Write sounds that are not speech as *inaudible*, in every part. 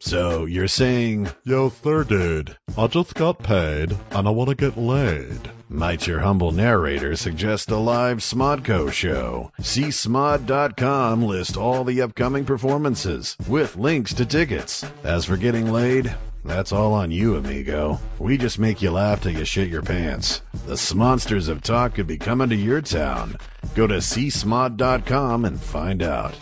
So you're saying, Yo, third dude, I just got paid and I want to get laid. might your humble narrator suggest a live Smodco show? See Smod.com list all the upcoming performances with links to tickets. As for getting laid, that's all on you, amigo. We just make you laugh till you shit your pants. The Smonsters of Talk could be coming to your town. Go to csmod.com and find out.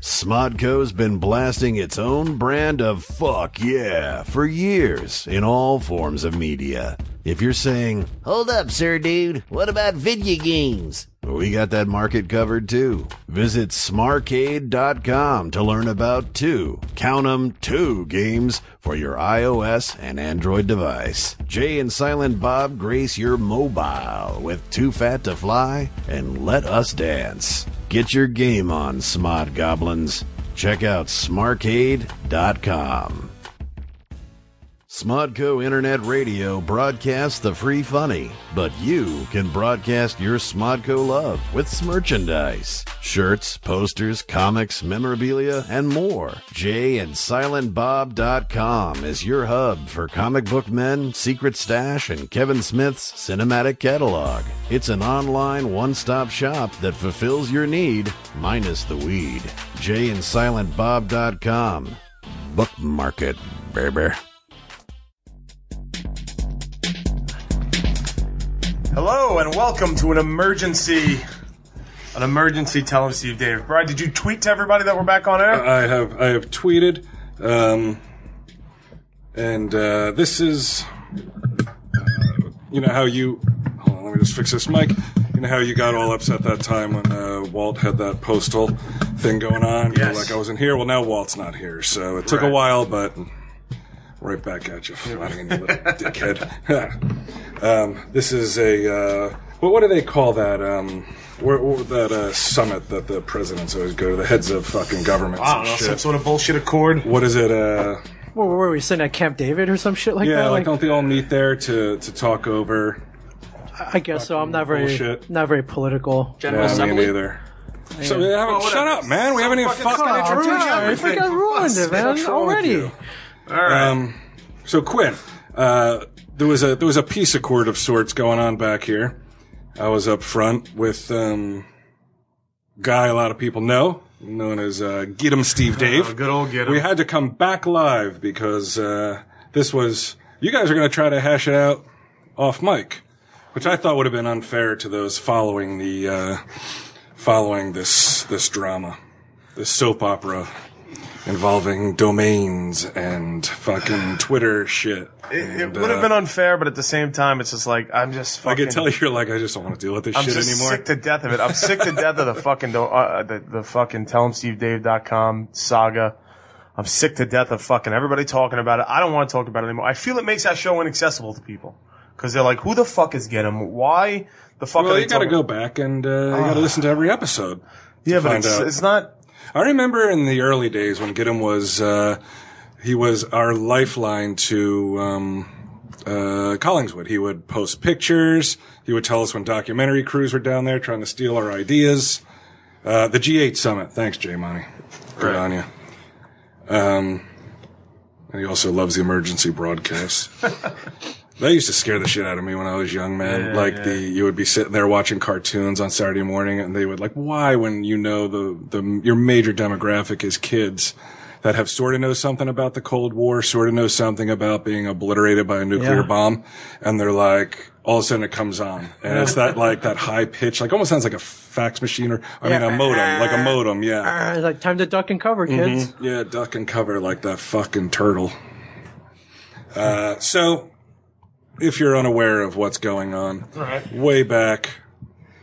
Smodco's been blasting its own brand of fuck yeah for years in all forms of media. If you're saying, Hold up, sir, dude. What about video games? we got that market covered too, visit smarcade.com to learn about two, count 'em, two games for your iOS and Android device. Jay and Silent Bob grace your mobile with Too Fat to Fly and Let Us Dance. Get your game on, Smod Goblins. Check out smarcade.com. Smodco Internet Radio broadcasts the free funny, but you can broadcast your Smodco love with merchandise. Shirts, posters, comics, memorabilia, and more. Jay and JayandSilentBob.com is your hub for comic book men, Secret Stash, and Kevin Smith's cinematic catalog. It's an online one-stop shop that fulfills your need, minus the weed. Jay and JayandSilentBob.com. Bookmark it, baby. Hello and welcome to an emergency, an emergency Tell 'em Steve Dave. Brian, did you tweet to everybody that we're back on air? I have I have tweeted, um, and uh, this is uh, you know how you. Hold on, let me just fix this mic. You know how you got all upset that time when uh, Walt had that postal thing going on. You were Yes. like I wasn't here. Well, now Walt's not here, so it took a Right. while, but right back at you, flatting you little dickhead. *laughs* um, this is a uh, what, what do they call that? Um, where, where- that uh, summit that the presidents always go to, the heads of fucking governments. I don't and know, shit. some sort of bullshit accord. What is it? Uh, Where were we sitting at Camp David or some shit like yeah, that? like don't they all meet there to to talk over? I guess so. I'm not very bullshit. not very political. Yeah, I mean either. So they haven't, Oh, shut up, man. We haven't even fucking Come on, introduced dude, you. I think I ruined it, man. wrong with Already. you? Um, so Quinn, uh, there was a there was a peace accord of sorts going on back here. I was up front with um, guy a lot of people know, known as uh, Get 'em Steve Dave. Oh, good old Get 'em. We had to come back live because uh, this was you guys are going to try to hash it out off mic, which I thought would have been unfair to those following the uh, following this this drama, this soap opera involving domains and fucking Twitter shit. It, it And, would have uh, been unfair, but at the same time, it's just like I'm just I fucking. could tell you're like I just don't want to deal with this I'm shit just anymore. sick to death of it. I'm sick *laughs* to death of the fucking do- uh, the, the fucking tellemstevedave.com saga. I'm sick to death of fucking everybody talking about it. I don't want to talk about it anymore. I feel it makes that show inaccessible to people because they're like, "Who the fuck is get 'em? Why the fuck?" are well, they you got to talking- go back and uh, you Ah. got to listen to every episode. Yeah, but find it's, out. it's not. I remember in the early days when Gidim was uh, he was our lifeline to um, uh, Collingswood. He would post pictures. He would tell us when documentary crews were down there trying to steal our ideas. Uh, the G8 summit. Thanks, Jay Money. Good on you. Um, and he also loves the emergency *laughs* broadcasts. That used to scare the shit out of me when I was young, man. like the you would be sitting there watching cartoons on Saturday morning, and they would like, why? When you know the the your major demographic is kids that have sort of know something about the Cold War, sort of know something about being obliterated by a nuclear Yeah. bomb, and they're like, all of a sudden it comes on, and it's that like that high pitch, like almost sounds like a fax machine or I mean a modem, like a modem, yeah, Uh, it's like time to duck and cover, Mm-hmm. kids. yeah, duck and cover like that fucking turtle. Uh, so, if you're unaware of what's going on, way back,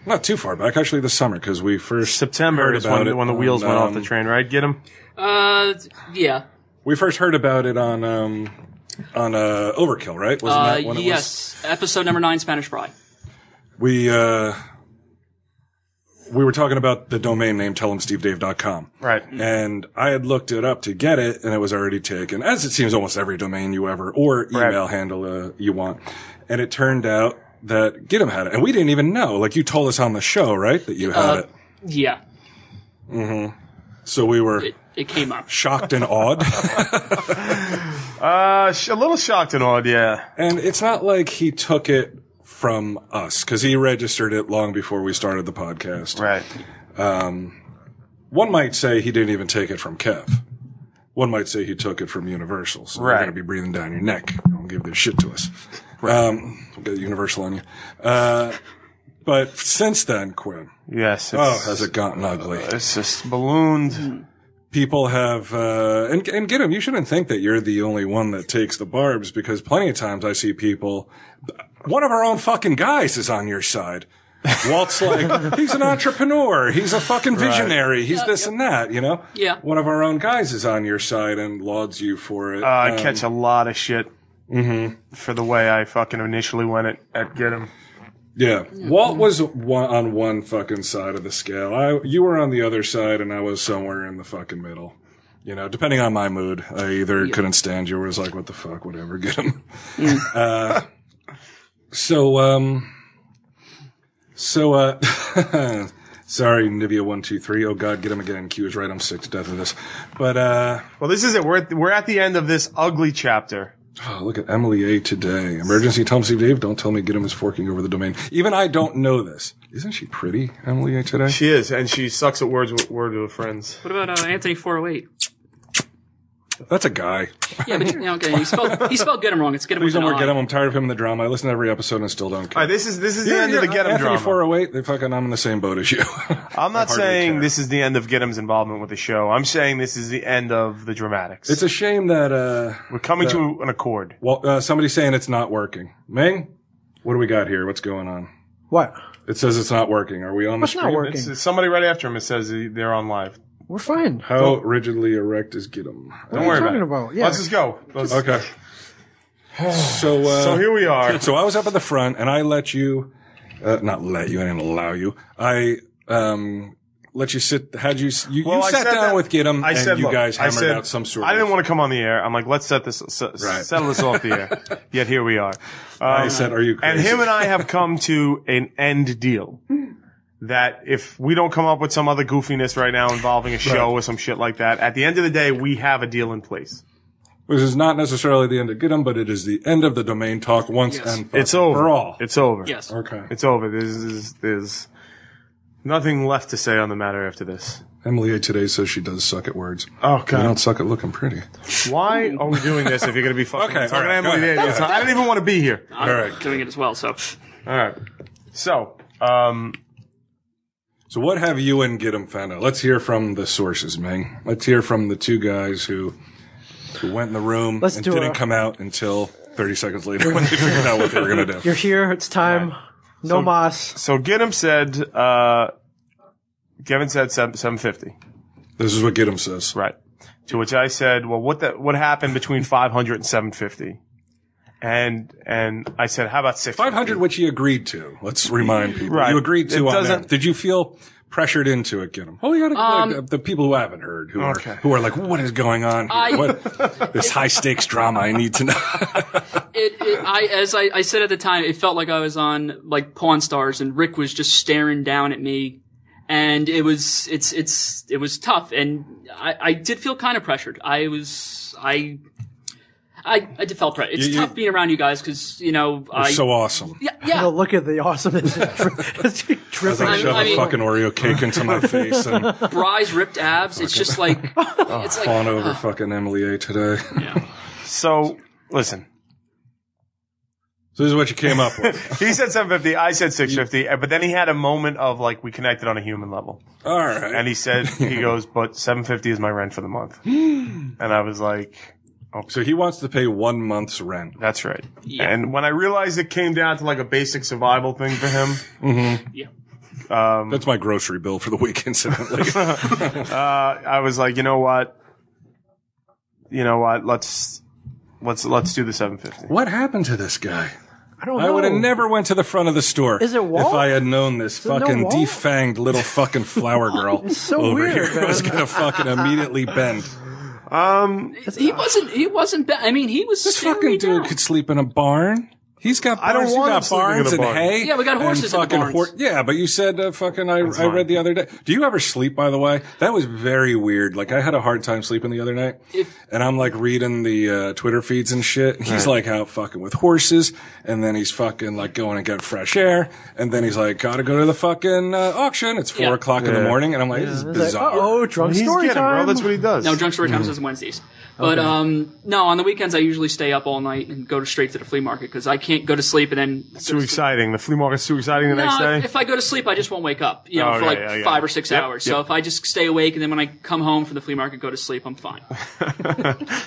not too far back, actually, this summer because we first September heard is about when, it when the on, wheels went off the um, train, right? Get him. Uh, yeah. We first heard about it on um, on uh, Overkill, right? Wasn't Uh, that when it was? yes. Episode number nine, Spanish Fry. We uh, we were talking about the domain name tellemstevedave.com. Right. and I had looked it up to get it, and it was already taken, as it seems almost every domain you ever or email Right. handle uh, you want. And it turned out that Gidim had it, and we didn't even know. Like you told us on the show, right, that you had it. Yeah. So we were it came up. shocked and awed. Uh, sh- a little shocked and awed, yeah. and it's not like he took it from us because he registered it long before we started the podcast. Right. One might say he didn't even take it from Kev. One might say he took it from Universal. So Right. you're going to be breathing down your neck. Don't give this shit to us. Um, we'll get Universal on you. Uh, but since then, Quinn, Yes. It's, oh, has it gotten ugly? it's just ballooned. people have uh, and and get 'em, You shouldn't think that you're the only one that takes the barbs because plenty of times I see people. One of our own fucking guys is on your side. Walt's like he's an entrepreneur, he's a fucking visionary, he's this and that. You know. Yeah. One of our own guys is on your side and lauds you for it. Uh, I catch a lot of shit for the way I fucking initially went at, at get him. yeah. Walt was one, on one fucking side of the scale. I you were on the other side, and I was somewhere in the fucking middle. You know, depending on my mood, I either couldn't stand you or was like, "What the fuck, whatever, get him." *laughs* Uh, So, um, so, uh, *laughs* sorry, Nivea123. Oh, God, get him again. Q is right. I'm sick to death of this. But, uh, Well, this is it. We're at, we're at the end of this ugly chapter. oh, look at Emily A today. Emergency Tom C. Dave, don't tell me get him is forking over the domain. Even I don't know this. Isn't she pretty, Emily A today? She is, and she sucks at words with word with friends. What about uh, Anthony 408? That's a guy. *laughs* Yeah, but yeah, okay, he spelled he spelled get him wrong. It's get him Please with don't an work I. get him. I'm tired of him in the drama. I listen to every episode and I still don't care. All right, this is this is the end of the get him Anthony drama. 408, they fucking, I'm in the same boat as you. *laughs* I'm not hardly saying care. this is the end of Get'em's involvement with the show. I'm saying this is the end of the dramatics. it's a shame that, uh, We're coming to an accord. Well, uh, somebody's saying it's not working. Ming, what do we got here? What's going on? What? It says it's not working. Are we on the It's not screen? working. It's- it's somebody right after him. It says they're on live. We're fine. How rigidly erect is Gidim? Don't worry you about it. talking about? Yeah. Let's just go. Let's- Okay. *sighs* so, uh, So here we *laughs* are. so I was up at the front and I let you, uh, not let you, I didn't allow you. I, um, let you sit, had you, s- you, Well, you I sat said down that- with Gidim I and said, you look, guys I hammered said- out some sort I of- didn't want to come on the air. I'm like, let's set this, s- s- Right. settle this off the *laughs* air. Yet here we are. I said, are you And crazy? him and I have come to an end deal. That if we don't come up with some other goofiness right now involving a show or some shit like that, at the end of the day, we have a deal in place. Which is not necessarily the end of Gidim, but it is the end of the domain talk once Yes. and It's fucking over. for all. It's over. Yes. okay. It's over. There's, there's, there's nothing left to say on the matter after this. Emily A today says she does suck at words. Oh, I God. don't suck at looking pretty. Why are we doing this if you're going to be fucking Okay, talking all right, to Emily go ahead. Davis? I don't even want to be here. I'm All right. doing it as well. So All right. So, um, So what have you and Gidim found out? Let's hear from the sources, Ming. Let's hear from the two guys who who went in the room Let's and do didn't a- come out until 30 seconds later *laughs* when they figured out what they were going to do. You're here. It's time. No mas. so Gidim said, uh, Kevin said seven- 750. This is what Gidim says. Right. To which I said, well, what the, what happened between 500 and 750? And, and I said, how about 600? 500, which he agreed to. Let's remind people. Right. You agreed to It on that. doesn't- Did you feel pressured into it, Gidim? Oh, you got Um, like, the people who haven't heard, who, are, Okay. who are like, what is going on? here? I- what, this high stakes drama I need to know. it, it I as I, I said at the time, it felt like I was on like Pawn Stars, and Rick was just staring down at me, and it was it's it's it was tough, and I, I did feel kind of pressured. I was I. I, I did felt pressure. It's You- you- tough being around you guys because you know I so awesome. yeah yeah Oh, look at the *laughs* awesomeness. it's As I dripping. shove I a mean- fucking Oreo cake into my face and Bry's ripped abs. It's just like *laughs* Oh, it's like fawn over fucking Emily A today. So, listen. So this is what you came up *laughs* with. He said 750. I said 650. uh, But then he had a moment of like, we connected on a human level. All right. And he said, he goes, but 750 is my rent for the *gasps* month. and I was like, so he wants to pay one month's rent. That's right. And when I realized it came down to like a basic survival thing for him, That's my grocery bill for the week, *laughs* incidentally. *laughs* I was like, you know what? You know what? Let's let's let's do the 750. what happened to this guy? I don't know. I would have never went to the front of the store Is it if Walt? I had known this it no fucking Walt? defanged little fucking *laughs* flower girl so over weird, here man. was gonna fucking immediately bend. Um, he wasn't he wasn't bad. I mean, he was This staring fucking me dude down. could sleep in a barn. He's got barns. I don't he's want him got sleeping in barns a and barn. hay. Yeah, we got and horses in the fucking barns. yeah, but you said uh, fucking. I, I fine. read the other day. Do you ever sleep? By the way, that was very weird. Like I had a hard time sleeping the other night, and I'm like reading the uh, Twitter feeds and shit. He's like out fucking with horses, and then he's fucking like going and getting fresh air, and then he's like gotta go to the fucking uh, auction. It's four Yeah. o'clock in the Yeah. morning, and I'm like, this is bizarre. oh, drunk He's story getting, time. bro. That's what he does. No, drunk story times Mm. is Wednesdays. But um, no, on the weekends I usually stay up all night and go to straight to the flea market because I can't go to sleep and then. It's too exciting. The flea market's too exciting the next No, day. if, if I go to sleep, I just won't wake up. You know, Oh, for yeah, like yeah, yeah. five or six Yep, hours. So yep. if I just stay awake and then when I come home from the flea market, go to sleep, *laughs* I'm fine.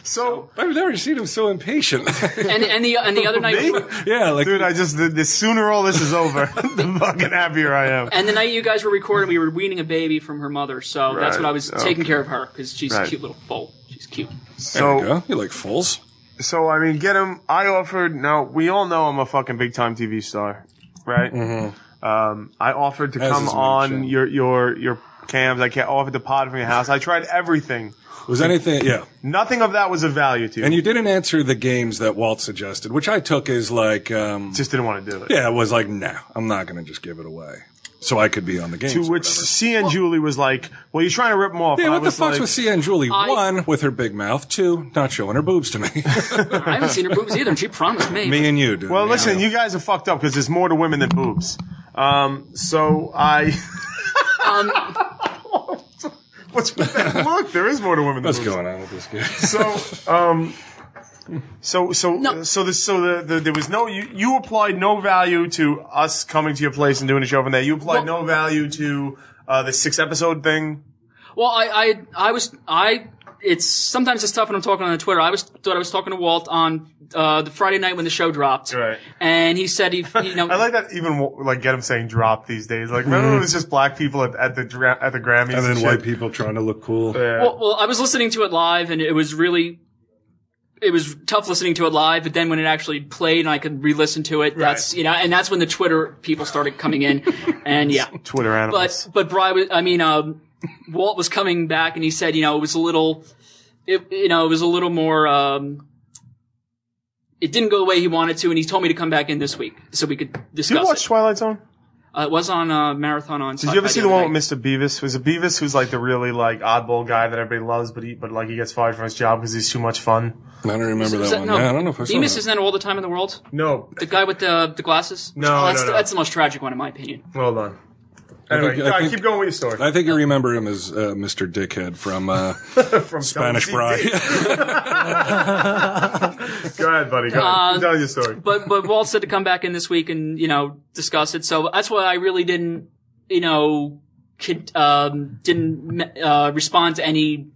so, I've never seen him so *laughs* impatient. *laughs* and and the and the other night, we were- yeah, like dude, I just the, the sooner all this is over, *laughs* the fucking happier I am. and the night you guys were recording, we were weaning a baby from her mother. So that's Right, what I was okay. taking care of her because she's Right. a cute little foal. She's cute. there you So, go. You like fools. so I mean, get him. I offered. Now we all know I'm a fucking big time TV star, right? Um, I offered to Mm-hmm. As come is my on channel. your your your cams. I can't I offered to pod from your house. I tried everything. Was anything? Yeah. Nothing of that was of value to you. And you didn't answer the games that Walt suggested, which I took as like, um, just didn't want to do it. yeah, it was like, nah, I'm not going to just give it away. So I could be on the games. To or which whatever. C and Julie was like, "Well, you're trying to rip them off." Yeah, And I what the was fuck's like, with Sia and Julie? I- One, with her big mouth. Two, not showing her boobs *laughs* to me. I haven't seen her boobs either, and she promised me. me and you, dude. Well, listen, you guys are fucked up because there's more to women than boobs. Um, so I. *laughs* Um, What's with that? Look, there is more to women than What's boobs. going on with this guy? *laughs* So, um, so, so, No. so, the, so the, the, there was no, you, you applied no value to us coming to your place and doing a show from there. You applied no value to, uh, the six episode thing. Well, I, I, I was, I. It's sometimes it's tough when I'm talking on the Twitter. I was thought I was talking to Walt on uh, the Friday night when the show dropped, Right. And he said he, you know, *laughs* I like that even like get him saying drop these days. Like remember when it was just black people at, at the dra- at the Grammys And then shit? *laughs* white people trying to look cool. well, well, I was listening to it live, and it was really, it was tough listening to it live. But then when it actually played, and I could re-listen to it, that's you know, and that's when the Twitter people started coming in, and yeah, Twitter animals. but but Brian, was- I mean, um, Walt was coming back, and he said, you know, it was a little, it, you know, it was a little more. Um, it didn't go the way he wanted to, and he told me to come back in this week so we could Did discuss you watch it. Twilight Zone? Uh, it was on uh, marathon on. Did you ever see the one with Mr. Beavis? Was it Beavis who's like the really like oddball guy that everybody loves, but he but like he gets fired from his job because he's too much fun? I don't remember that, that, one. no, Yeah, I don't know if I saw Bemis that. is in all the time in the world. No, The guy with the the glasses. No, no, that's, no. that's the most tragic one in my opinion. well done. Anyway, think- I all right, think- keep going with your story. *laughs* I think I remember him as uh, Mr. Dickhead from uh, From *laughs* Spanish Bride. Go ahead, buddy. Go ahead. Keep telling your story. Um, But but Walt said to come back in this week and you know discuss it. So that's why I really didn't you know kid, um, didn't uh, respond to any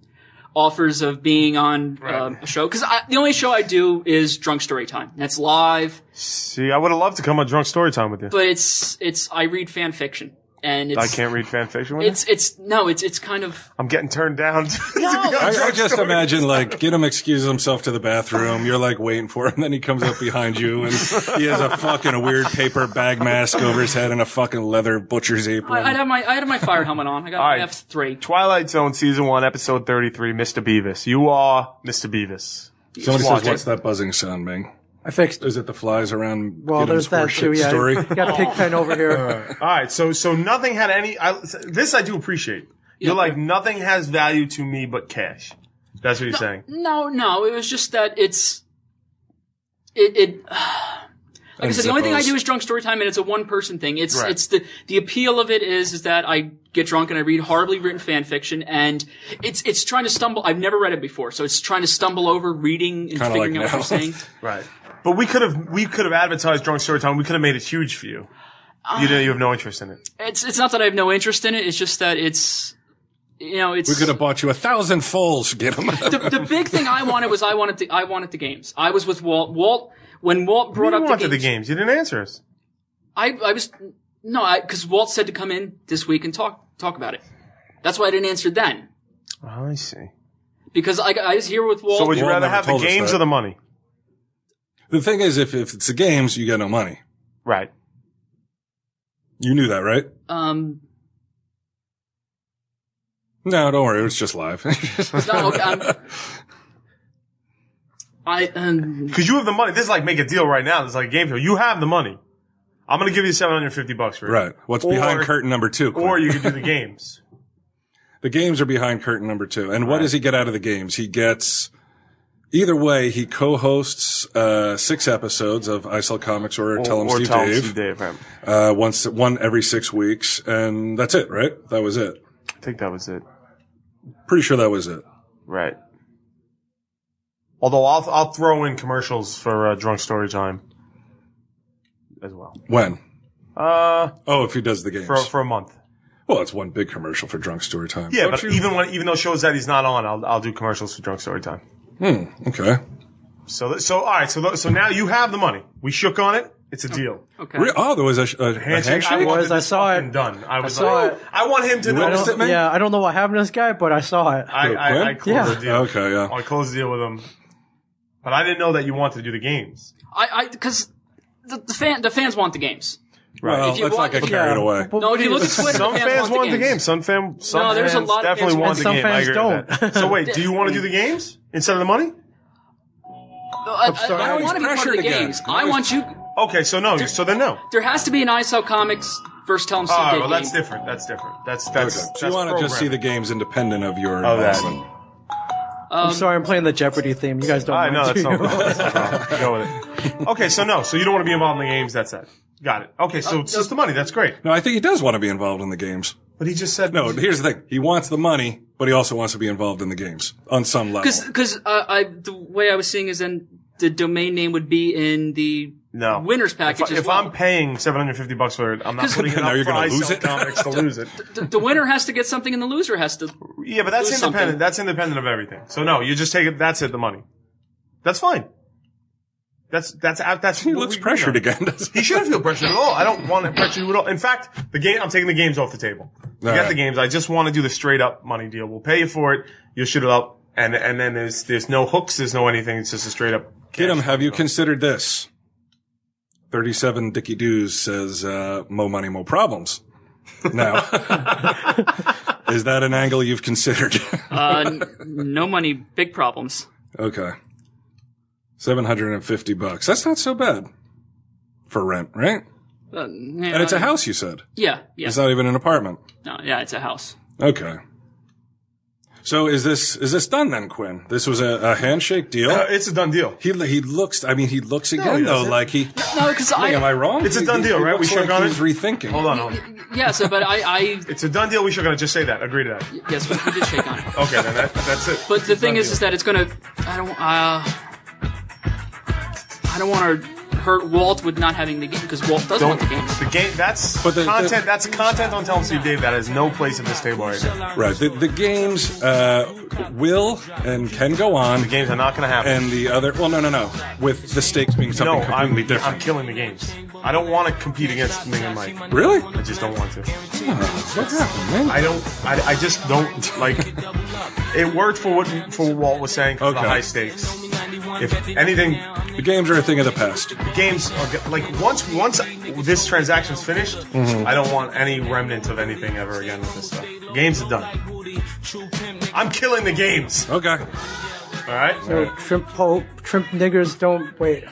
offers of being on um, a show because the only show I do is Drunk Story Time. That's live, See, I would have loved to come on drunk story time with you. but it's it's I read fan fiction and it's I can't read fan fiction with you. It's it's no, it's it's kind of I'm getting turned down. *laughs* I, I just imagine like get him excuses himself to the bathroom. You're like waiting for him, then he comes up behind you and he has a fucking weird paper bag mask over his head and a fucking leather butcher's apron. I, I had my I had my fire helmet on. I got right. my F three. Twilight Zone season one, episode thirty-three. Mr. Beavis, you are Mr. Beavis. Somebody Watch says, it. "What's that buzzing sound, Ming? I fixed. Is it the flies around?" Well, Giddim's there's that horseshit too. Yeah, Story. got Pigpen over *laughs* here. All right, so so nothing had any. I, this I do appreciate. You're like nothing has value to me but cash. That's what you're saying. No, no, it was just that it's it. it like I said, the only thing I Zippos. do is drunk story time, and it's a one person thing. It's Right. it's the the appeal of it is is that I get drunk and I read horribly written fan fiction, and it's it's trying to stumble. I've never read it before, so it's trying to stumble over reading and Kinda figuring like out what now. you're saying. Right. But we could have we could have advertised drunk story time. We could have made it huge for you. Ah. You know, you have no interest in it. It's it's not that I have no interest in it. It's just that it's you know it's We could have bought you a thousand foals, get him. the, *laughs* the big thing I wanted was I wanted the I wanted the games. I was with Walt. Walt when Walt You brought up wanted the the games, games. You didn't answer us. I I was no because Walt said to come in this week and talk talk about it. That's why I didn't answer then Oh, I see. because I, I was here with Walt. So would you Walt rather never have the told us games that. or the money? the thing is, if, if it's the games, you get no money. Right. You knew that, right? um, *laughs* No, don't worry. It was just live. *laughs* no, okay, I'm- I um, Because you have the money. This is like make a deal right now. It's like a game show. You have the money. I'm going to give you 750 bucks for it. Right. What's behind Or- curtain number two? Quinn? Or you could do the games. the games are behind curtain number two. And what does he get out of the games? He gets either way. He co-hosts uh, six episodes of ISL Comics or, *laughs* Tell 'Em or Steve tell 'em Dave, Steve Dave. right. Uh, once one every six weeks, and that's it. Right? That was it. I think that was it. Pretty sure that was it. Right. Although I'll I'll throw in commercials for uh, Drunk Story Time as well. When? Uh, Oh, if he does the games. for for a month. well, it's one big commercial for Drunk Story Time. Yeah, Don't but you- even when even though shows that he's not on, I'll I'll do commercials for Drunk Story Time. Hmm, okay. So th- so all right. So th- so now you have the money. We shook on it. It's a deal. okay. Re- Oh, there was a, sh- a handshake. I wanted was- I this saw it. fucking Done. I was saw like, it. I want him to I I notice it, don't, man? yeah, I don't know what happened to this guy, but I saw it. I, I, I Quinn? closed Yeah. the deal. Okay, yeah. I closed the deal with him. But I didn't know that you wanted to do the games. I I because the, the fan the fans want the games. Right. Well, If you let's not want- get if- carried Yeah, away. but No, if you look at please. Twitter, Some fans want the games. game. Some fan, some No, fans there's a lot of definitely fans want want- the Some game. I fans agree with that. don't. so wait, do you want to do the games instead of the money? No, I, I, Now I he's want to be part of pressured the again. games. Now I he's- want you. Okay, so no. So then no. There has to be an ISO Comics versus Tell 'em Steve All right, Dave well that's game. different. That's different. That's that's. Okay. that's So you want to just see the programming. games independent of your Oh, that. investment. Um, I'm sorry, I'm playing the Jeopardy theme. You guys don't I mind, know do that's you? not. *laughs* that's not *laughs* wrong. Go with it. Okay, so no. So you don't want to be involved in the games. That's it. Got it. Okay, so Uh, it's just the money. That's great. No, I think he does want to be involved in the games. But he just said No, here's the thing. He wants the money, but he also wants to be involved in the games on some level. Because because uh, I the way I was seeing is then the domain name would be in the No. winners package. If, as if well. I'm paying 750 bucks for it, I'm not *laughs* 'Cause- putting it Now up you're for gonna ISO lose it. comics to lose it. the, the winner has to get something and the loser has to. Yeah, but that's Lose independent. something. That's independent of everything. So no, you just take it. That's it. The money. That's fine. That's that's out. That's he looks pressured again. *laughs* doesn't He shouldn't feel pressured at all. I don't want to pressure you at all. In fact, the game. I'm taking the games off the table. You All got right. the games. I just want to do the straight up money deal. We'll pay you for it. You'll shoot it up, and and then there's there's no hooks. There's no anything. It's just a straight up. Get him. cash. Have you considered this? 37 Dicky Doos says, uh, mo money, mo problems. Now, *laughs* is that an angle you've considered? *laughs* Uh, *laughs* n- no money, big problems. okay. 750 bucks. That's not so bad for rent, right? Uh, yeah, And it's a house, you said. Yeah, yeah, It's not even an apartment. no, yeah. It's a house. Okay. So is this is this done then, Quinn? This was a, a handshake deal. Uh, it's a done deal. he he looks. I mean, he looks again he though. doesn't. Like he. No, because Like, am I I wrong? It's a He- done he- deal, he right? We looks shook like on he's it? rethinking. Hold on, hold on. yeah. So, but I I It's a done deal. We should gonna just say that. Agree to that. yes, we, we did shake on it. Okay, then that, that's it. But the thing is, is that it's gonna. I don't. Uh, I don't want to hurt Walt with not having the game because Walt does Don't want the games. the game. That's But the- content. the- that's content on Tell 'em Steve Dave that has no place at this table right now. Right. The, the games uh, will and can go on, The games are not going to happen. and the other. Well, no, no, no. With the stakes being something no, I'm, completely I'm different. killing the games. I don't want to compete against Ming and Mike. really? I just don't want to. What's happening? I don't. I, I just don't like. It worked for what for what Walt was saying. for Okay. The high stakes. If anything, the games are a thing of the past. games are, go- like once once this transaction's finished, Mm-hmm. I don't want any remnants of anything ever again with this stuff. Games are done. I'm killing the games. Okay. All right. So, trimp, po- trimp niggers don't wait.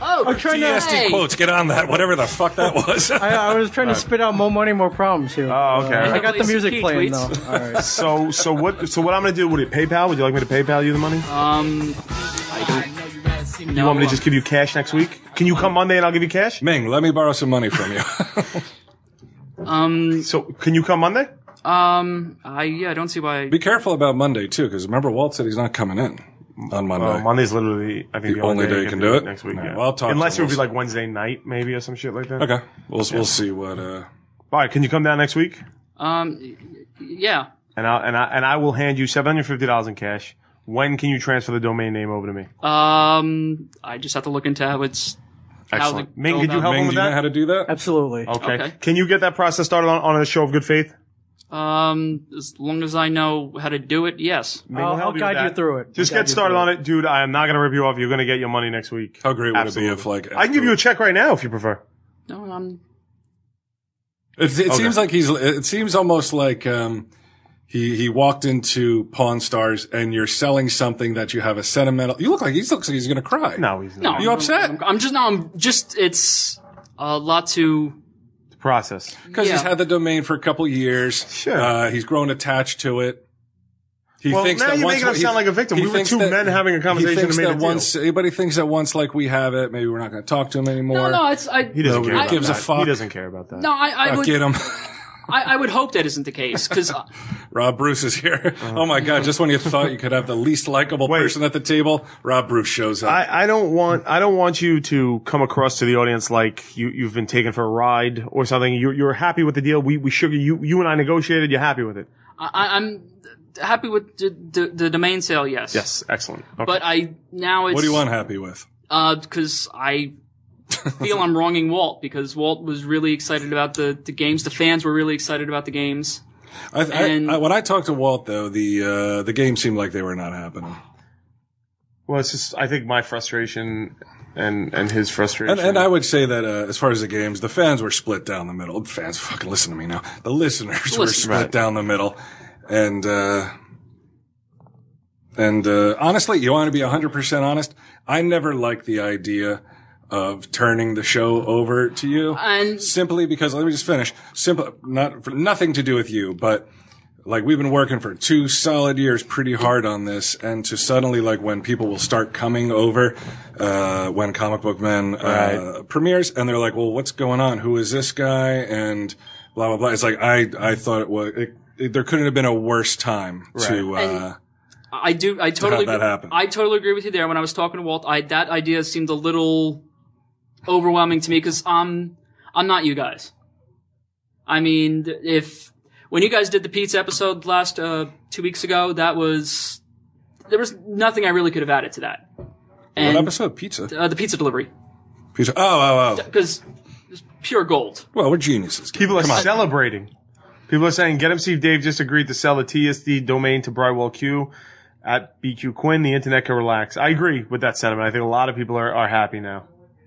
Oh, I'm trying to. TSD quotes. Get on that. Whatever the fuck *laughs* that was. I, I was trying to spit out more money, more problems here. Oh, okay. I all right. got the music Please, playing though. tweets. *laughs* All right. So so what so what I'm gonna do? Would it PayPal? Would you like me to PayPal you the money? Um, I don't. No, you Uh, want me to just give you cash next week? Can you come Monday and I'll give you Mm. cash? Ming, let me borrow some money from *laughs* you. um So can you come Monday? um I yeah I don't see why. Be careful about Monday too, because remember Walt said he's not coming in on Monday. Uh, Monday's literally I think The the, only day you can do it? next week. All right, yeah. well, I'll talk Unless to it would be Wilson. like Wednesday night maybe or some shit like that. Okay, we'll we'll see what. Uh, All right, can you come down next week? Um, yeah. And I and I and I will hand you seven hundred fifty dollars in cash. When can you transfer the domain name over to me? Um, I just have to look into how it's. Excellent. the- Ming, go could you about- help him Ming, do with you know that? how to do that? Absolutely. Okay. Okay. Can you get that process started on, on a show of good faith? Um, as long as I know how to do it, yes. Ming will I'll, I'll help with guide you that. through it. Just I'll guide get you started through on it, dude. I am not going to rip you off. You're going to get your money next week. How great would Absolutely. it be if like I can give you a check right now if you prefer. No, I'm. It, it seems like he's. It seems almost like um, He he walked into Pawn Stars and you're selling something that you have a sentimental. You look like he looks like he's gonna cry. No, he's No, not. You I'm- upset? I'm, I'm just no. I'm just. It's a lot to. Process. because he's Yeah. had the domain for a couple years. Sure. uh, he's grown attached to it. He Well, now you're once- making him he- sound like a victim. he We were thinks two men having a he conversation thinks and made that a deal. once anybody thinks that once like we have it, maybe we're not going to talk to him No, anymore. no. It's I. He doesn't Nobody care about gives a that. fuck. He doesn't care about that. No, I, I I'll would. get him. *laughs* I, I would hope that isn't the case because Rob Bruce is here. Oh my god! Just when you thought you could have the least likable Uh-huh. Wait. person at the table, Rob Bruce shows up. I, I don't want I don't want you to come across to the audience like you you've been taken for a ride or something. You're you're happy with the deal. We we sugar you you and I negotiated. You're happy with it. I, I'm happy with the, the, the domain sale. Yes. Yes, excellent. Okay. But I now it's what do you want? Happy with? because I *laughs* feel I'm wronging Walt because Walt was really excited about the, the games. The fans were really excited about the games. I, I, And- I, when I talked to Walt, though, the uh, the game seemed like they were not happening. well, it's just I think my frustration and and his frustration. And, and I would say that uh, as far as the games, the fans were split down the middle. Fans, *laughs* fucking listen to me now. The listeners were Listen. split down the middle, and uh, and uh, honestly, you want to be hundred percent honest. I never liked the idea of turning the show over to you, And- simply because let me just finish. Simple, not for nothing to do with you, but like we've been working for two solid years pretty hard on this and to suddenly like when people will start coming over uh, when comic book men uh, premieres and they're like well what's going on who is this guy and blah blah blah it's like i i thought it was it, it- there couldn't have been a worse time to uh, I do. I totally. that happen. I totally agree with you there. When I was talking to Walt, I, that idea seemed a little overwhelming to me because I'm I'm not you guys. I mean, if when you guys did the pizza episode last uh, two weeks ago, that was there was nothing I really could have added to that. what And episode pizza Uh, the pizza delivery pizza oh oh oh because pure gold. well we're geniuses People are celebrating. People are saying, get him, Steve Dave just agreed to sell the TSD domain to Brightwell Q at BQ Quinn. The internet can relax. I agree with that sentiment. I think a lot of people are, are happy now.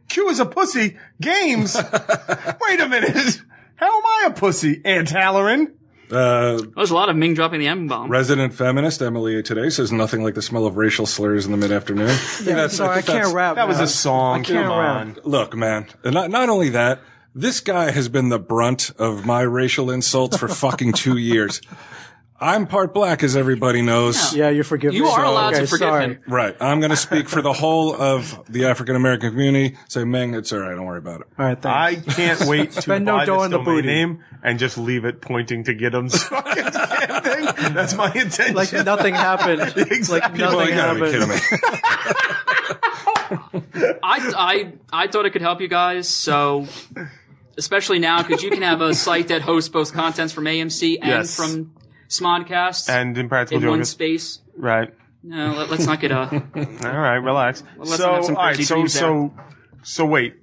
Q is a pussy. *laughs* Games. Wait a minute. How am I a pussy, Aunt Halloran? uh, There was a lot of Ming dropping the M bomb. resident feminist emily today says nothing like the smell of racial slurs in the mid-afternoon I think that's- Sorry, I think that's- can't rap. That was man. a song. I can't Come rap. on. Look, man, and not, not only that, this guy has been the brunt of my racial insults for fucking two years. I'm part black, as everybody knows. Yeah, you're forgiven. You are allowed to Okay, forgive sorry. him. Right. I'm going to speak for the whole of the African American community. Say, Ming, it's all right. Don't worry about it. All right, thanks. I *laughs* can't wait to Spend no buy dough this on the domain booty. name and just leave it pointing to Giddim's *laughs* fucking damn thing. That's my intention. *laughs* like nothing happened. Like Exactly. nothing Well, you gotta be kidding happened. *laughs* me. I, I, I thought it could help you guys, so especially now because you can have a site that hosts both contents from AMC and Yes. from Smodcast and Impractical in one Jokers. space. right. No, let, let's not get uh All right, relax. let's so, have some all right, crazy so, dreams so, so wait.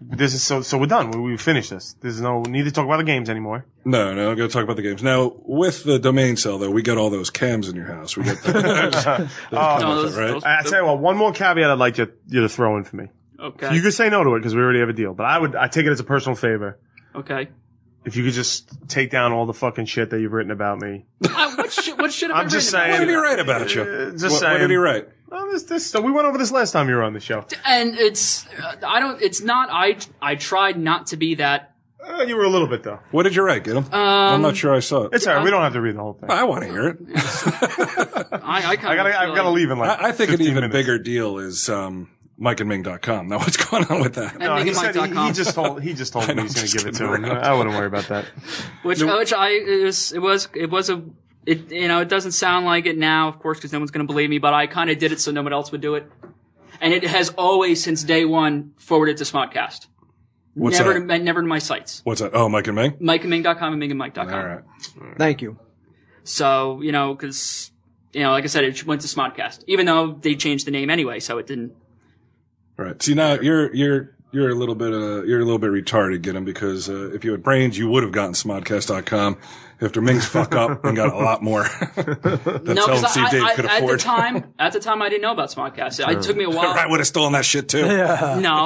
This is so. So we're done. We, we finished this. There's no need to talk about the games *laughs* anymore. No, no, I'm going to talk about the games. Now, with the domain sale, though, we got all those cams in your house. We got the, *laughs* no, those, right. those- Um, I, I tell you what. One more caveat I'd like you, you to throw in for me. okay, You could say no to it because we already have a deal. But I would. I take it as a personal favor. *laughs* okay. If you could just take down all the fucking shit that you've written about me. Uh, what should what should have I'm I just written what about? did he write about you? Uh, just what, what saying. did he write? Oh, this, this. So we went over this last time you were on the show. And it's uh, I don't. It's not. I I tried not to be that. Uh, you were a little bit though. What did you write, Get him? I'm not sure I saw it. Um, It's all right. We don't have to read the whole thing. I want to hear it. I I I kind of. gotta. I've gotta leave in like. I, I think an 15 even minutes. bigger deal is um, MikeandMing.com. Now, *laughs* what's going on with that? No, he, Making said he, Mike.com. he just told he *laughs* just told me know, he's going just to give it to kidding him. around. I wouldn't worry about that. which which I it was it was it was a it you know it doesn't sound like it now of course because no one's gonna believe me but I kind of did it so no one else would do it and it has always since day one forwarded to Smodcast What's never that? to, never to my sites What's that? Oh, Mike and Ming. MikeandMing.com and MingandMike.com All right. Thank you. so you know because you know like I said it went to Smodcast even though they changed the name anyway so it didn't All right. See now you're you're you're a little bit uh, you're a little bit retarded, Get him, because uh, if you had brains, you would have gotten Smodcast.com. after Ming's fuck up and got a lot more. *laughs* No, Tell him because Steve Dave I, could I, at the afford. *laughs* time, at the time, I didn't know about Smodcast. It took me a while. I would have stolen that shit too. No,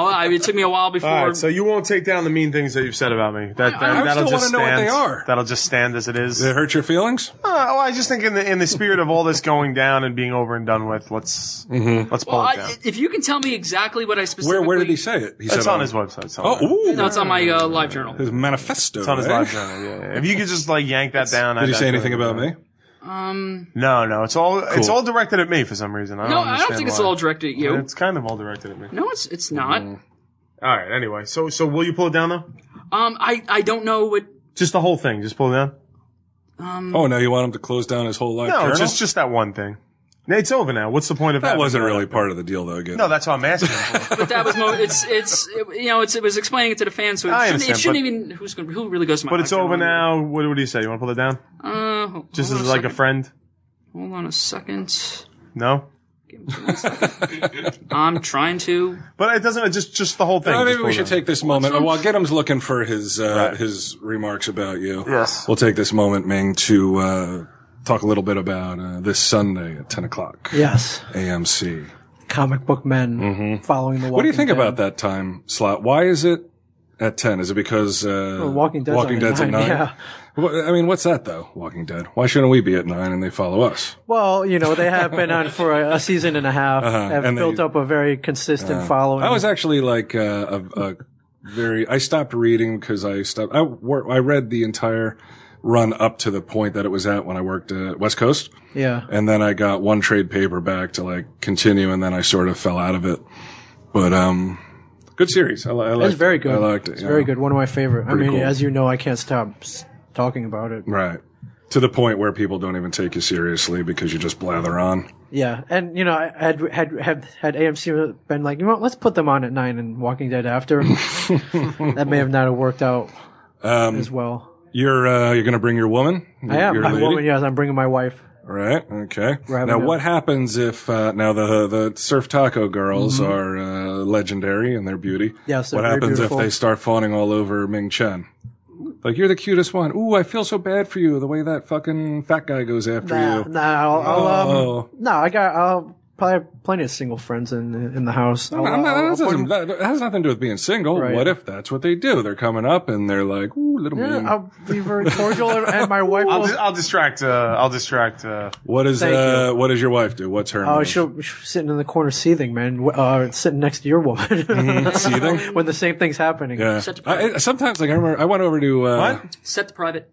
I, it took me a while *laughs* before. All right, so you won't take down the mean things that you've said about me. That, that I- I that'll still just wanna know what stand. they are. That'll just stand as it is. Did it hurt your feelings? Uh, well, I just think in the in the spirit of all this going down and being over and done with, let's Mm-hmm. let's pull it down. I, if you can tell me exactly what I specifically Where where did he say it? He it's said on his website. It's on Oh, there. ooh, No, it's on my uh, live journal. his manifesto. It's on his eh? live journal. Yeah, yeah. If you could just like yank that down. Did I'd- he say I'd anything really- about me? No, no. It's all it's all directed at me for some reason. I don't No, I don't understand think it's why. all directed at you. It's Mm-hmm. kind of all directed at me. No, it's it's not. All right. Anyway, so so will you pull it down though? Um, I I don't know what. Just the whole thing. Just pull it down. Mm. Oh, no, you want him to close down his whole life No, journal? just just that one thing. It's over now. What's the point of that having wasn't really part of the deal, though. Again, No, that's what I'm asking. *laughs* for. But that *laughs* was mo- it's it's it- you know it's it was explaining it to the fans, I so it shouldn't, it understand, shouldn't even who's gonna who really goes to my. but it's live over journal? now. What, what do you say? You want to pull it down? Uh, ho- Just hold as on like a second. friend? Hold on a second. No. I'm trying to. But it doesn't. Just just the whole thing. Well, Just maybe pull we it should down. take this moment. While Getham's looking for his uh, his remarks about you, Yes. we'll take this moment, Ming, to uh, talk a little bit about uh, this Sunday at ten o'clock Yes. AMC. Comic book men following the. Walking What do you think about that time slot? Why is it at ten? Is it because uh, Walking Dead's, on Dead's at nine. at nine? *laughs* Yeah. Wha- I mean, what's that though? Walking Dead. Why shouldn't we be at nine and they follow us? Well, you know they have been on for a, a season and a half. Have Uh-huh. and built they- up a very consistent following. I was actually like uh, a, a very. I stopped reading because I stopped. I wor- I read the entire run up to the point that it was at when I worked at West Coast, yeah. and then I got one trade paperback to like continue, and then I sort of fell out of it. But um, good series. I, li- I liked It's very it. good. I liked it. It's yeah. very good. One of my favorite. I mean, cool. as you know, I can't stop s- talking about it. Right. To the point where people don't even take you seriously because you just blather on. Yeah, and you know, I- had had had had AMC been like, you know, what, let's put them on at nine and Walking *laughs* Dead after, that may have not have worked out as well. Um, You're uh, you're gonna bring your woman. I am. Your My lady? woman, yes, I'm bringing my wife. Right. Okay. having Now, a- what happens if uh, now the the surf taco girls are uh, legendary in their beauty? Mm-hmm. Yes, they're What very happens beautiful. if they start fawning all over Ming Chen? Like you're the cutest one. Ooh, I feel so bad for you. The way that fucking fat guy goes after Nah, you. nah, I'll, I'll, um, Oh, no, I got I'll probably have plenty of single friends in in the house. I'll, I'm not- I'll- I'll that, put doesn't- 'em- that that has nothing to do with being single. Right. What if that's what they do? They're coming up and they're like, "Ooh, little Ming." yeah, I'll be very cordial, and- and my wife I'll, will. di- I'll distract. Uh, I'll distract. Uh, What is Thank uh, what does your wife do? What's her? Oh, move? she'll, she's sitting in the corner seething, man. Uh, sitting next to your *laughs* woman Mm, seething. *laughs* when the same thing's happening. Yeah. Set to- I, I- sometimes, like I remember, I went over to. Uh, What? Set the private.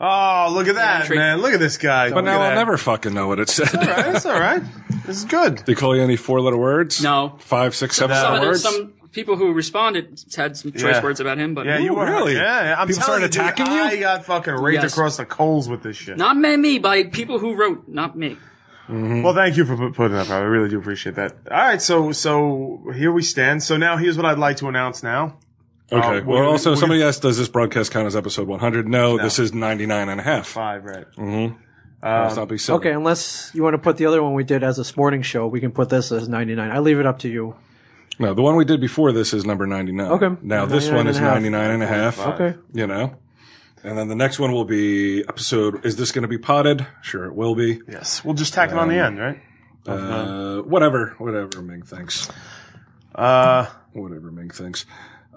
oh, look at that, Entry. man! Look at this guy. But now I'll never fucking know what it said. That's all right. This is good. They call you any four letter words? No. Five, six, seven Some, letter of the- words? some people who responded had some choice Yeah. words about him, but Yeah, you Ooh, were really? Yeah, yeah. I'm People telling started you, dude, attacking you? I got fucking raked Yes. across the coals with this shit. not by me, by people who wrote, not me. Well, thank you for pu- putting that. up. I really do appreciate that. All right, so so here we stand. So now here's what I'd like to announce. Now, okay. Uh, well, we- also, we- somebody asked, does this broadcast count as episode 100? No, this is 99 and a half. five, right? Let's not be silly. Okay, unless you want to put the other one we did as a sporting show, we can put this as 99. I leave it up to you. No, the one we did before this is number 99. Okay. Now, this 99 one and is a half. 99 and a half. Okay. You know? And then the next one will be episode, is this going to be potted? Sure, it will be. Yes, we'll just tack it on the end, right? Uh, whatever, whatever Ming thinks. Uh, Whatever Ming thinks.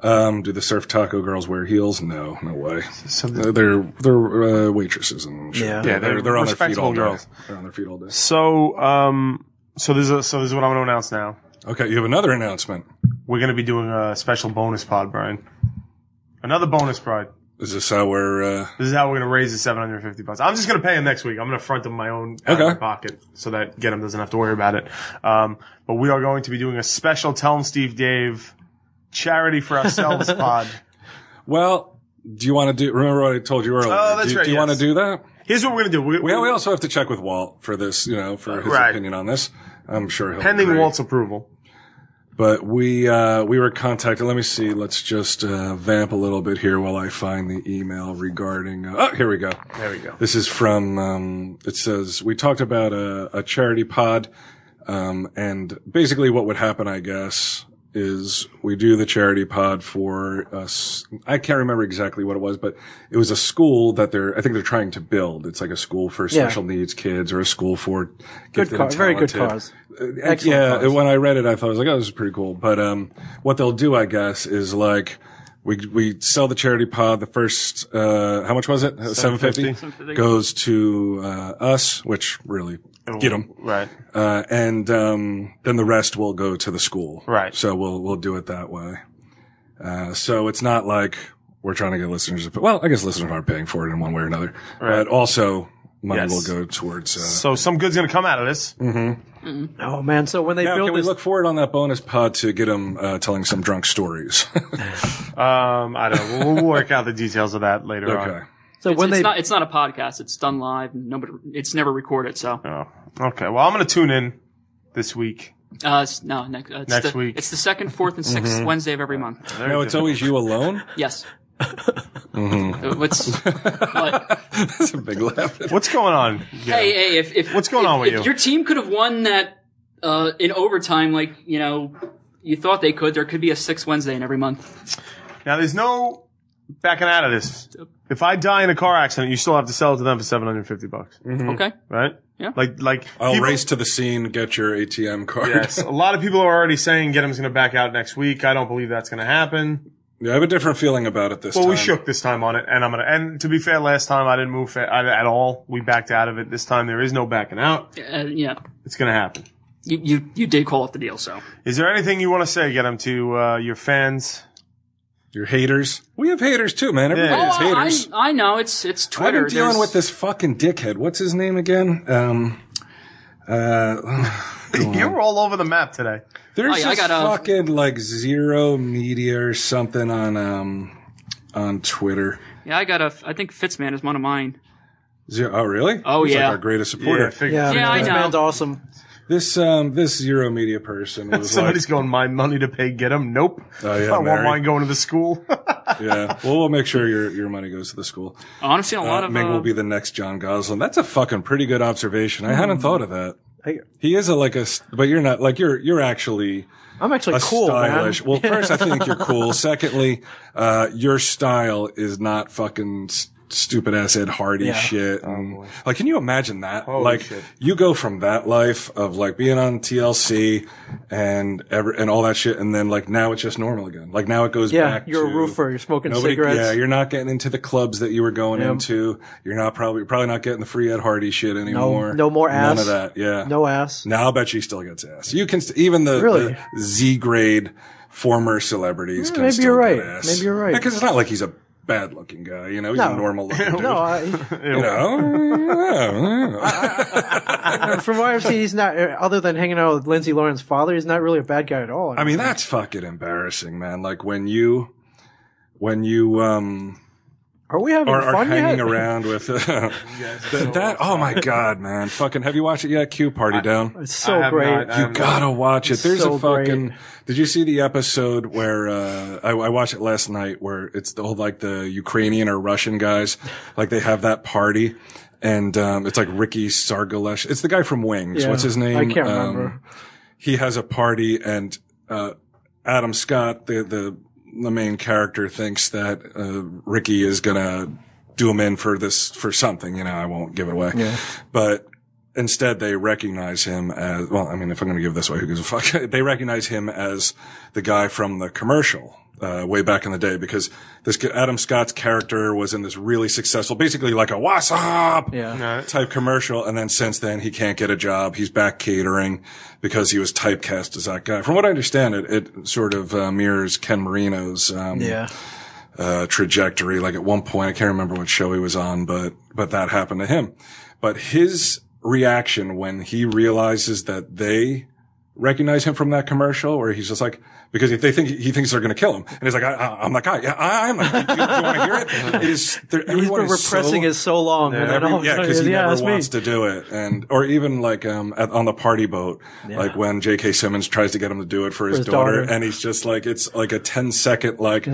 Um, do the surf taco girls wear heels? No, no way. so Uh, the, they're they're uh, waitresses and shit. Yeah. Yeah, they're, they're, they're on their feet respectable all day. girls. They're on their feet all day. so um so this is a, so this is what I'm going to announce now. Okay, you have another announcement. We're going to be doing a special bonus pod, Brian. Another bonus pod. Is this how we're? Uh, This is how we're going to raise the 750 bucks. I'm just going to pay him next week. I'm going to front him my own out of Okay. my pocket so that Get him doesn't have to worry about it. Um, but we are going to be doing a special Tell him Steve Dave charity for *laughs* ourselves pod. well, do you want to do? Remember what I told you earlier? Oh, that's do, you- right, Do you want to yes. do that? Here's what we're going to do. We, We we also have to check with Walt for this. You know, for his Right. opinion on this. I'm sure he'll pending agree. Walt's approval. But we uh, we were contacted. Let me see. Let's just uh, vamp a little bit here while I find the email regarding. Uh, oh, here we go. There we go. This is from, um, it says, we talked about a, a charity pod, um, and basically what would happen, I guess, is we do the charity pod for us. I can't remember exactly what it was, but it was a school that they're, I think they're trying to build. It's like a school for Yeah. special needs kids or a school for Good gifted cause. and Very good talented. cause. And Excellent Uh, yeah, cause. when I read it, I thought I was like, "Oh, this is pretty cool." But um, what they'll do, I guess, is like we we sell the charity pod. The first, uh, how much was it? Seven fifty goes to uh, us, which really get them, Right. uh, and um, then the rest will go to the school. Right. So we'll we'll do it that way. Uh, so it's not like we're trying to get listeners. To, pay- well, I guess listeners aren't paying for it in one way or another. Right. But also, money Yes. will go towards. Uh, So some good's gonna come out of this. Mm. Oh man! So when they Now, build can we this, look forward on that bonus pod to get him uh, telling some drunk stories? *laughs* Um, I don't know. We'll, we'll work out the details of that later okay. so It's, when it's they not it's not a podcast. It's done live. and Nobody. It's never recorded. So on. Oh, okay. Well, I'm gonna tune in this week. uh, it's, no. Next, uh, it's Next the, week. It's the second, fourth, and 6th Mm-hmm. Wednesday of every month. Very No, it's different. always you alone. *laughs* Yes. Mm-hmm. Uh, What's *laughs* what? That's a big laugh. What's going on? Yeah. Hey, hey! If, if What's going on if- with if you? Your team could have won that uh, in overtime, like you know, you thought they could. There could be a sixth Wednesday in every month. Now there's no backing out of this. If I die in a car accident, you still have to sell it to them for 750 bucks, Mm-hmm. Okay. right? Yeah. Like, like I'll people- race to the scene, get your ATM card. Yes. *laughs* A lot of people are already saying Getham's going to back out next week. I don't believe that's going to happen. *laughs* Yeah, I have a different feeling about it this Well, time. we shook this time on it, and I'm gonna. And to be fair, last time I didn't move fa- I- at all. We backed out of it. This time there is no backing out. Uh, yeah. It's gonna happen. You, you you did call off the deal, so Is there anything you want to say, Getham, to uh, your fans? Your haters. We have haters too, man. Everybody Yeah. has Oh, I, haters. I know it's it's I've Twitter. been dealing There's- with this fucking dickhead. What's his name again? Um, uh, *laughs* You're all over the map today. there's Oh, yeah, I this got a- fucking like zero media or something on um on Twitter. Yeah, I got a. I think Fitzman is one of mine. Zero, oh, really? Oh, He's yeah. like our greatest supporter. figure. yeah, Yeah, I this know. man's awesome. This um this zero media person was Somebody's like, going, my money to pay Getham. Nope. Oh, *laughs* yeah, I want Mary. mine going to the school. *laughs* yeah. Well, we'll make sure your your money goes to the school. Honestly, a lot Uh, of Ming uh, will be the next John Goslin. That's a fucking pretty good observation. I hadn't thought of that. I- He is a like a, s- but you're not like you're you're actually I'm actually a cool, stylish. man. *laughs* Well, first I think you're cool. Secondly, uh, your style is not fucking stupid ass Ed Hardy Yeah. shit. and- like, can you imagine that? Oh, Holy like, shit. you go from that life of like being on TLC and ever and all that shit, and then like now it's just normal again. Like now it goes yeah, back. you're a to- roofer. You're smoking Nobody, cigarettes. yeah, you're not getting into the clubs that you were going into. You're not probably you're probably not getting the free Ed Hardy shit anymore. no more None ass. of that. Yeah. no *laughs* ass. Now I bet she still gets ass. You can st- even the, Really? the Z grade former celebrities. can maybe still you're get right. ass. Maybe you're right. Because it's not like he's a bad looking guy. You know, he's a No. *laughs* normal looking dude. No, I, *laughs* *laughs* you know. *laughs* from what I've seen, he's not. uh, Other than hanging out with Lindsay Lohan's father, he's not really a bad guy at all. I mean, that's fucking embarrassing, man. Like when you, when you, um, are we having are, are fun hanging yet? around with *laughs* that, that. Oh my god, man! Fucking, have you watched it yet? Q party down. *laughs* It's I so have great. not- I You have not- gotta watch it. There's a uh, so great. fucking. Did you see the episode where uh, I, I watched it last night? Where it's the whole like the Ukrainian or Russian guys, like they have that party, and um, it's like Ricky Sargalesh. It's the guy from Wings. Yeah. What's his name? I can't Um, remember. he has a party, and uh, Adam Scott, the the the main character, thinks that uh, Ricky is gonna do him in for this for something. You know, I won't give it away. But instead they recognize him as well i mean if i'm going to give this away who gives a fuck *laughs* they recognize him as the guy from the commercial uh, way back in the day because this g- adam scott's character was in this really successful basically like a what's up Yeah. type commercial and then since then he can't get a job he's back catering because he was typecast as that guy from what i understand it it sort of uh, mirrors ken marino's um, Yeah. uh, trajectory. Like at one point, I can't remember what show he was on, but, but that happened to him. But his reaction when he realizes that they recognize him from that commercial where he's just like, because if they think he thinks they're going to kill him, and he's like, I, I, I'm that guy. Yeah, I, I'm. Like, do, you want to hear it? It is. they're- He's everyone been is so- repressing it so long. and then Every- all of a yeah, sudden, because he that's never me. wants to do it, and or even like um at, on the party boat, like when J.K. Simmons tries to get him to do it for his, his daughter, daughter. and he's just like it's like a 10 second like,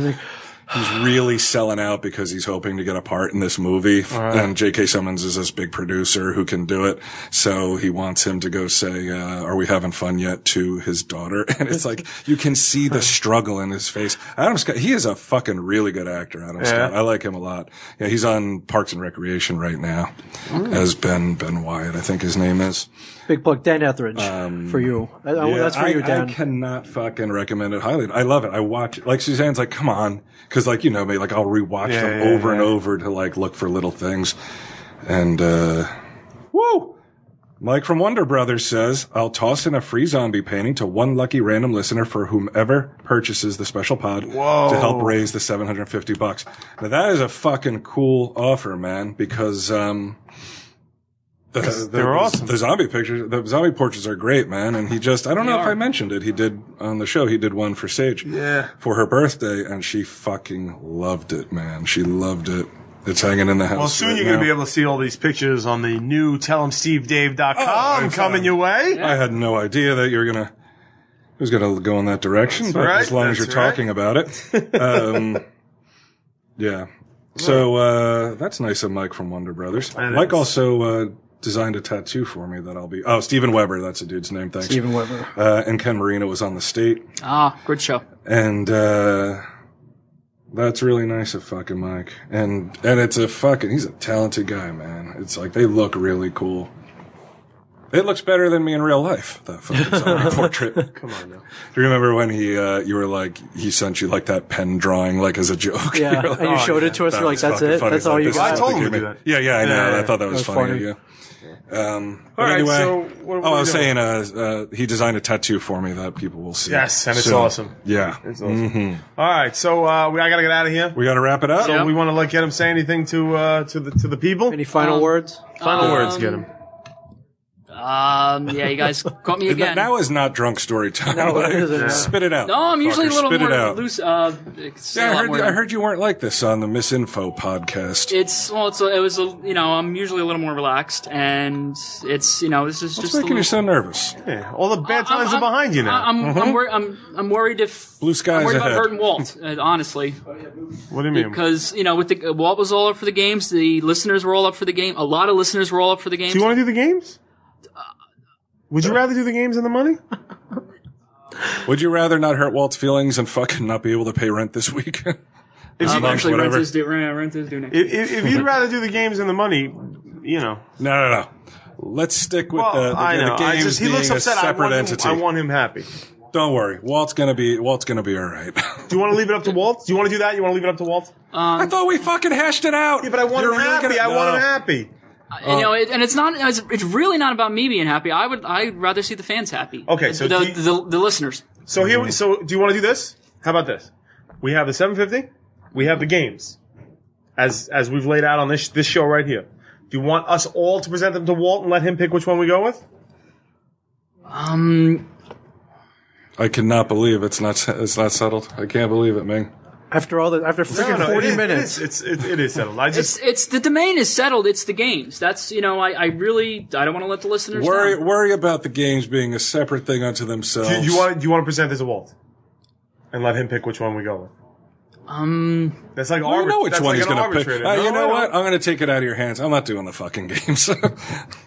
he's really selling out because he's hoping to get a part in this movie. And J.K. Simmons is this big producer who can do it. So he wants him to go say, uh, "Are we having fun yet?" to his daughter, *laughs* and it's like you can see the struggle in his face. Adam Scott, he is a fucking really good actor. Adam Scott, I like him a lot. Yeah, he's on Parks and Recreation right now as Ben Ben Wyatt, I think his name is. Big plug, Dan Etheridge for you. I- I- Um, Yeah, Oh, that's for I, you, I Dan. cannot fucking recommend it highly. I love it. I watch it. Like Suzanne's like, come on, because like you know me, like I'll rewatch Yeah, them yeah, over and yeah. over to like look for little things. And uh woo, Mike from Wonder Brothers says, "I'll toss in a free zombie painting to one lucky random listener for whomever purchases the special pod to help raise the 750 bucks." Now that is a fucking cool offer, man, because um the, the, they're awesome. The zombie pictures, the zombie portraits are great, man. And he just, I don't know if I mentioned it. He did on the show, he did one for Sage. Yeah. For her birthday, and she fucking loved it, man. She loved it. It's hanging in the house. Well, soon right you're going to now. be able to see all these pictures on the new tellemstevedave.com Oh, coming your way. I had no idea that you were gonna it was gonna go in that direction, but right, as long as you're that's right. talking about it, *laughs* um, yeah. So uh, that's nice of Mike from Wonder Brothers. That Mike is. also uh, designed a tattoo for me that I'll be. Oh, Steven Weber, that's a dude's name. Thanks. Stephen Weber. Uh, and Ken Marino was on the state, Ah, good show. and uh, that's really nice of fucking Mike. And and it's a fucking he's a talented guy, man. It's like they look really cool. It looks better than me in real life. *laughs* That fucking zombie portrait. Do Come on now. you remember when he, uh, you were like, he sent you like that pen drawing, like as a joke? *laughs* *laughs* Yeah, You're like, and you "Oh, showed yeah, it to us. that You're like, was "That's fucking it? funny." That's He's all like, you "This got?" is I told what him they to gave do me." Yeah, yeah, I know. Yeah, yeah, I thought that was, was funny. funny. Yeah. Um, All but right, anyway, so what are we oh, I was doing? saying, uh, uh, he designed a tattoo for me that people will see. Yes, and it's So, mm-hmm. awesome. Yeah. It's awesome. All right, so uh, we, I got to get out of here. We got to wrap it up. So we want to like get him say anything to uh, to the to the people. Any final words? Final Um, words, get him. Um, yeah, you guys *laughs* caught me again. Now is not drunk story time. No, it isn't. *laughs* Yeah. Spit it out. no, I'm usually Fucker, a little spit it more out. loose. Uh, it's Yeah, a I lot heard, more I than- heard you weren't like this on the Misinfo podcast. It's well, it's a, it was a, you know I'm usually a little more relaxed, and it's you know this is What's just a making little, you so nervous? Yeah, all the bad I'm- times are I'm- behind you now. I- I'm, I'm, wor- I'm, I'm worried if Blue skies I'm worried ahead. about Bert and Walt, uh, honestly, what do you mean? Do because you know with the Walt was all up for the games, the listeners were all up for the game. A lot of listeners were all up for the games. Um, you want to do the games? Would you rather do the games and the money? Would you rather not hurt Walt's feelings and fucking not be able to pay rent this week? *laughs* If, um, you, actually, whatever. rent is due. Rent is due next. if, if, if you'd rather do the games and the money, you know. no, no, no. Let's stick with Well, the, the, I the know. games I just, he being looks upset. a I separate want, him, entity. I want him happy. Don't worry, Walt's gonna be Walt's gonna be all right. *laughs* Do you want to leave it up to Walt? Do you want to do that? You want to leave it up to Walt? Um, I thought we fucking hashed it out. Yeah, but I want You're him really happy. gonna- I want No. him happy. you uh, know, it, and it's not. It's, it's really not about me being happy. I would. I'd rather see the fans happy. Okay, The- so the, do you- the, the listeners. So here, we, so do you want to do this? How about this? We have the 750. We have the games, as as we've laid out on this this show right here. Do you want us all to present them to Walt and let him pick which one we go with? Um, I cannot believe it's not it's not settled. I can't believe it, Ming. After all the after freaking it forty is- minutes, It is, it's it, it is settled. I it's just it's the domain is settled. It's the games. That's you know. I, I really I don't want to let the listeners Worry down. worry about the games being a separate thing unto themselves. do you want do you want to present this to Walt and let him pick which one we go with? Um, That's like I arbit- don't know which that's one like he's an going to pick. arbitrator. Uh, No, you I know don't. what? I'm going to take it out of your hands. I'm not doing the fucking *laughs* games. all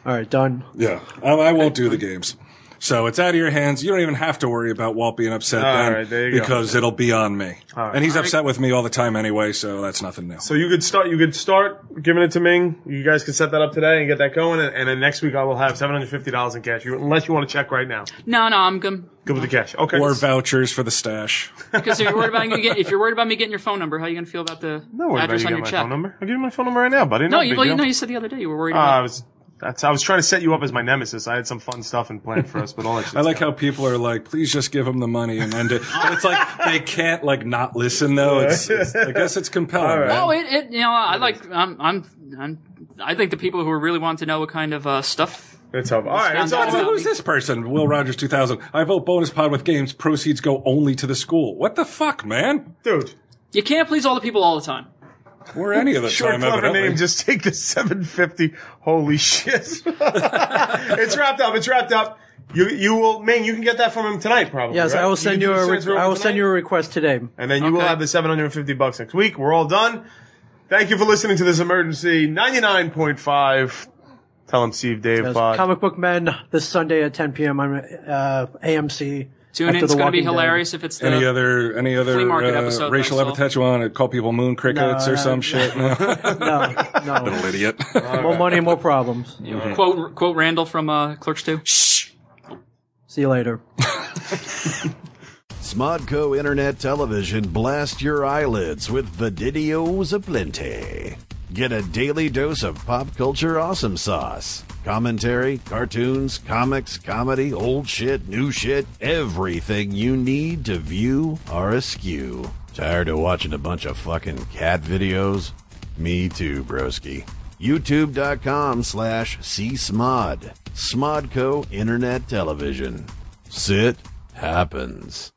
right, done. yeah, um, I won't do the games. So it's out of your hands. You don't even have to worry about Walt being upset All then, right, there you go. because it'll be on me. And he's upset with me all the time anyway, so that's nothing new. So you could start. You could start giving it to Ming. You guys could set that up today and get that going. And, and then next week I will have seven hundred fifty dollars in cash. You, unless you want to check right now, no, no, I'm good. go with the cash. Okay. or vouchers for the stash. Because if you're worried about you get, if you're worried about me getting your phone number, how are you gonna feel about the No worry about address you on getting your my check? phone number. I'll give you my phone number right now, buddy. No, Not a you, big well, you deal. know you said the other day you were worried Uh, I about. was. That's. I was trying to set you up as my nemesis. I had some fun stuff in plan for us, but all *laughs* that. I like how people are like, please just give him the money and end it. But it's like, they can't like not listen though. It's, it's- I guess it's compelling. right. man. Oh, it, it you know I like I'm I'm I'm I think the people who are really wanting to know what kind of uh, stuff. It's over. All right. It's not- What's- over. who's this person? Will Rogers 2000. I vote bonus pod with games. Proceeds go only to the school. What the fuck, man? Dude, You can't please all the people all the time. Or any of the short time, clever evidently. name. Just *laughs* take the 750. Holy shit. it's wrapped up. It's wrapped up. You you will, Ming. You can get that from him tonight, probably. Yes, right? I will send you, can a just re- send it to him I will tonight, send you a request today. and then you will Okay. have the seven hundred and fifty bucks next week. We're all done. Thank you for listening to this emergency ninety nine point five. Tell him Steve Dave Yes, pod. Comic Book Men this Sunday at 10 p.m. on uh, AMC. Tune in. after It's The going to be Walking Dead. hilarious if it's the. Any other any other flea market uh, episode, racial that's all. epithet you want to call people moon crickets No, or no, some no. shit? *laughs* No, No, *laughs* no. idiot. more money, more problems. quote quote Randall from uh, Clerks Two. See you later. Smodco Internet Television blast your eyelids with videos aplenty. Get a daily dose of pop culture awesome sauce. Commentary, cartoons, comics, comedy, old shit, new shit, everything you need to view are askew. Tired of watching a bunch of fucking cat videos? Me too, broski. YouTube.com slash csmod. Smodco Internet Television. Sit happens.